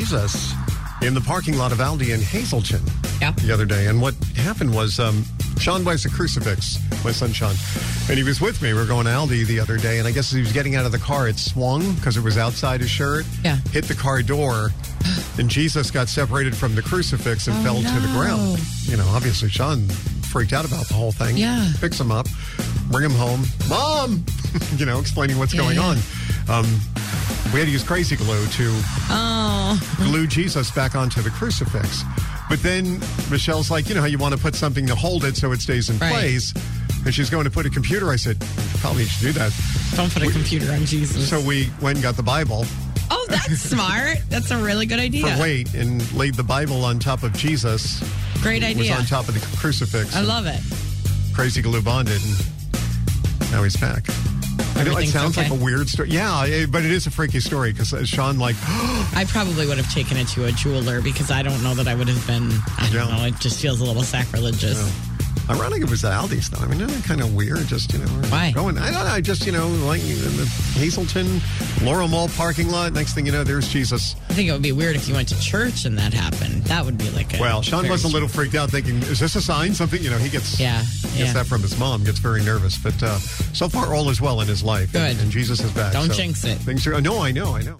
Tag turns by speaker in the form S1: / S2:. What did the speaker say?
S1: Jesus in the parking lot of Aldi in Hazelton
S2: Yeah.
S1: the other day. And what happened was um, Sean buys a crucifix, my son Sean, and he was with me. We were going to Aldi the other day, and I guess as he was getting out of the car, it swung because it was outside his shirt,
S2: Yeah.
S1: hit the car door, and Jesus got separated from the crucifix and
S2: Oh,
S1: fell to the
S2: no.
S1: ground. You know, obviously Sean freaked out about the whole thing.
S2: Yeah.
S1: Picks him up, bring him home. Mom! you know, explaining what's
S2: Yeah,
S1: going
S2: yeah.
S1: on. Um, we had to use crazy glue to
S2: Oh,
S1: glue Jesus back onto the crucifix. But then Michelle's like, you know how you want to put something to hold it so it stays in
S2: Right.
S1: place. And she's going to put a computer. I said, probably should do that.
S2: don't put a computer on Jesus.
S1: So we went and got the Bible
S2: oh, that's smart. That's a really good idea.
S1: for weight and laid the Bible on top of Jesus.
S2: Great
S1: It was
S2: idea.
S1: on top of the crucifix.
S2: I love it.
S1: Crazy glue bonded. And now he's back. I know it
S2: Everything's
S1: sounds
S2: okay.
S1: like a weird story. Yeah, it- but it is a freaky story because Sean, like, oh,
S2: I probably would have taken it to a jeweler because I don't know that I would have been. I don't
S1: Yeah.
S2: know. It just feels a little sacrilegious.
S1: Ironic it was Aldi's though. I mean, isn't that kind of weird? Just, you know, we're
S2: Why?
S1: going, I don't know, I just, you know, like in the Hazelton, Laurel Mall parking lot. Next thing you know, there's Jesus.
S2: I think it would be weird if you went to church and that happened. That would be like a.
S1: Well, Sean
S2: very
S1: was a little freaked out thinking, is this a sign? Something, you know, he gets,
S2: Yeah,
S1: gets
S2: yeah.
S1: that from his mom, gets very nervous. But uh, so far, all is well in his life.
S2: Good.
S1: And, and Jesus is back.
S2: Don't
S1: so
S2: jinx it.
S1: Things are, oh, no, I know, I know.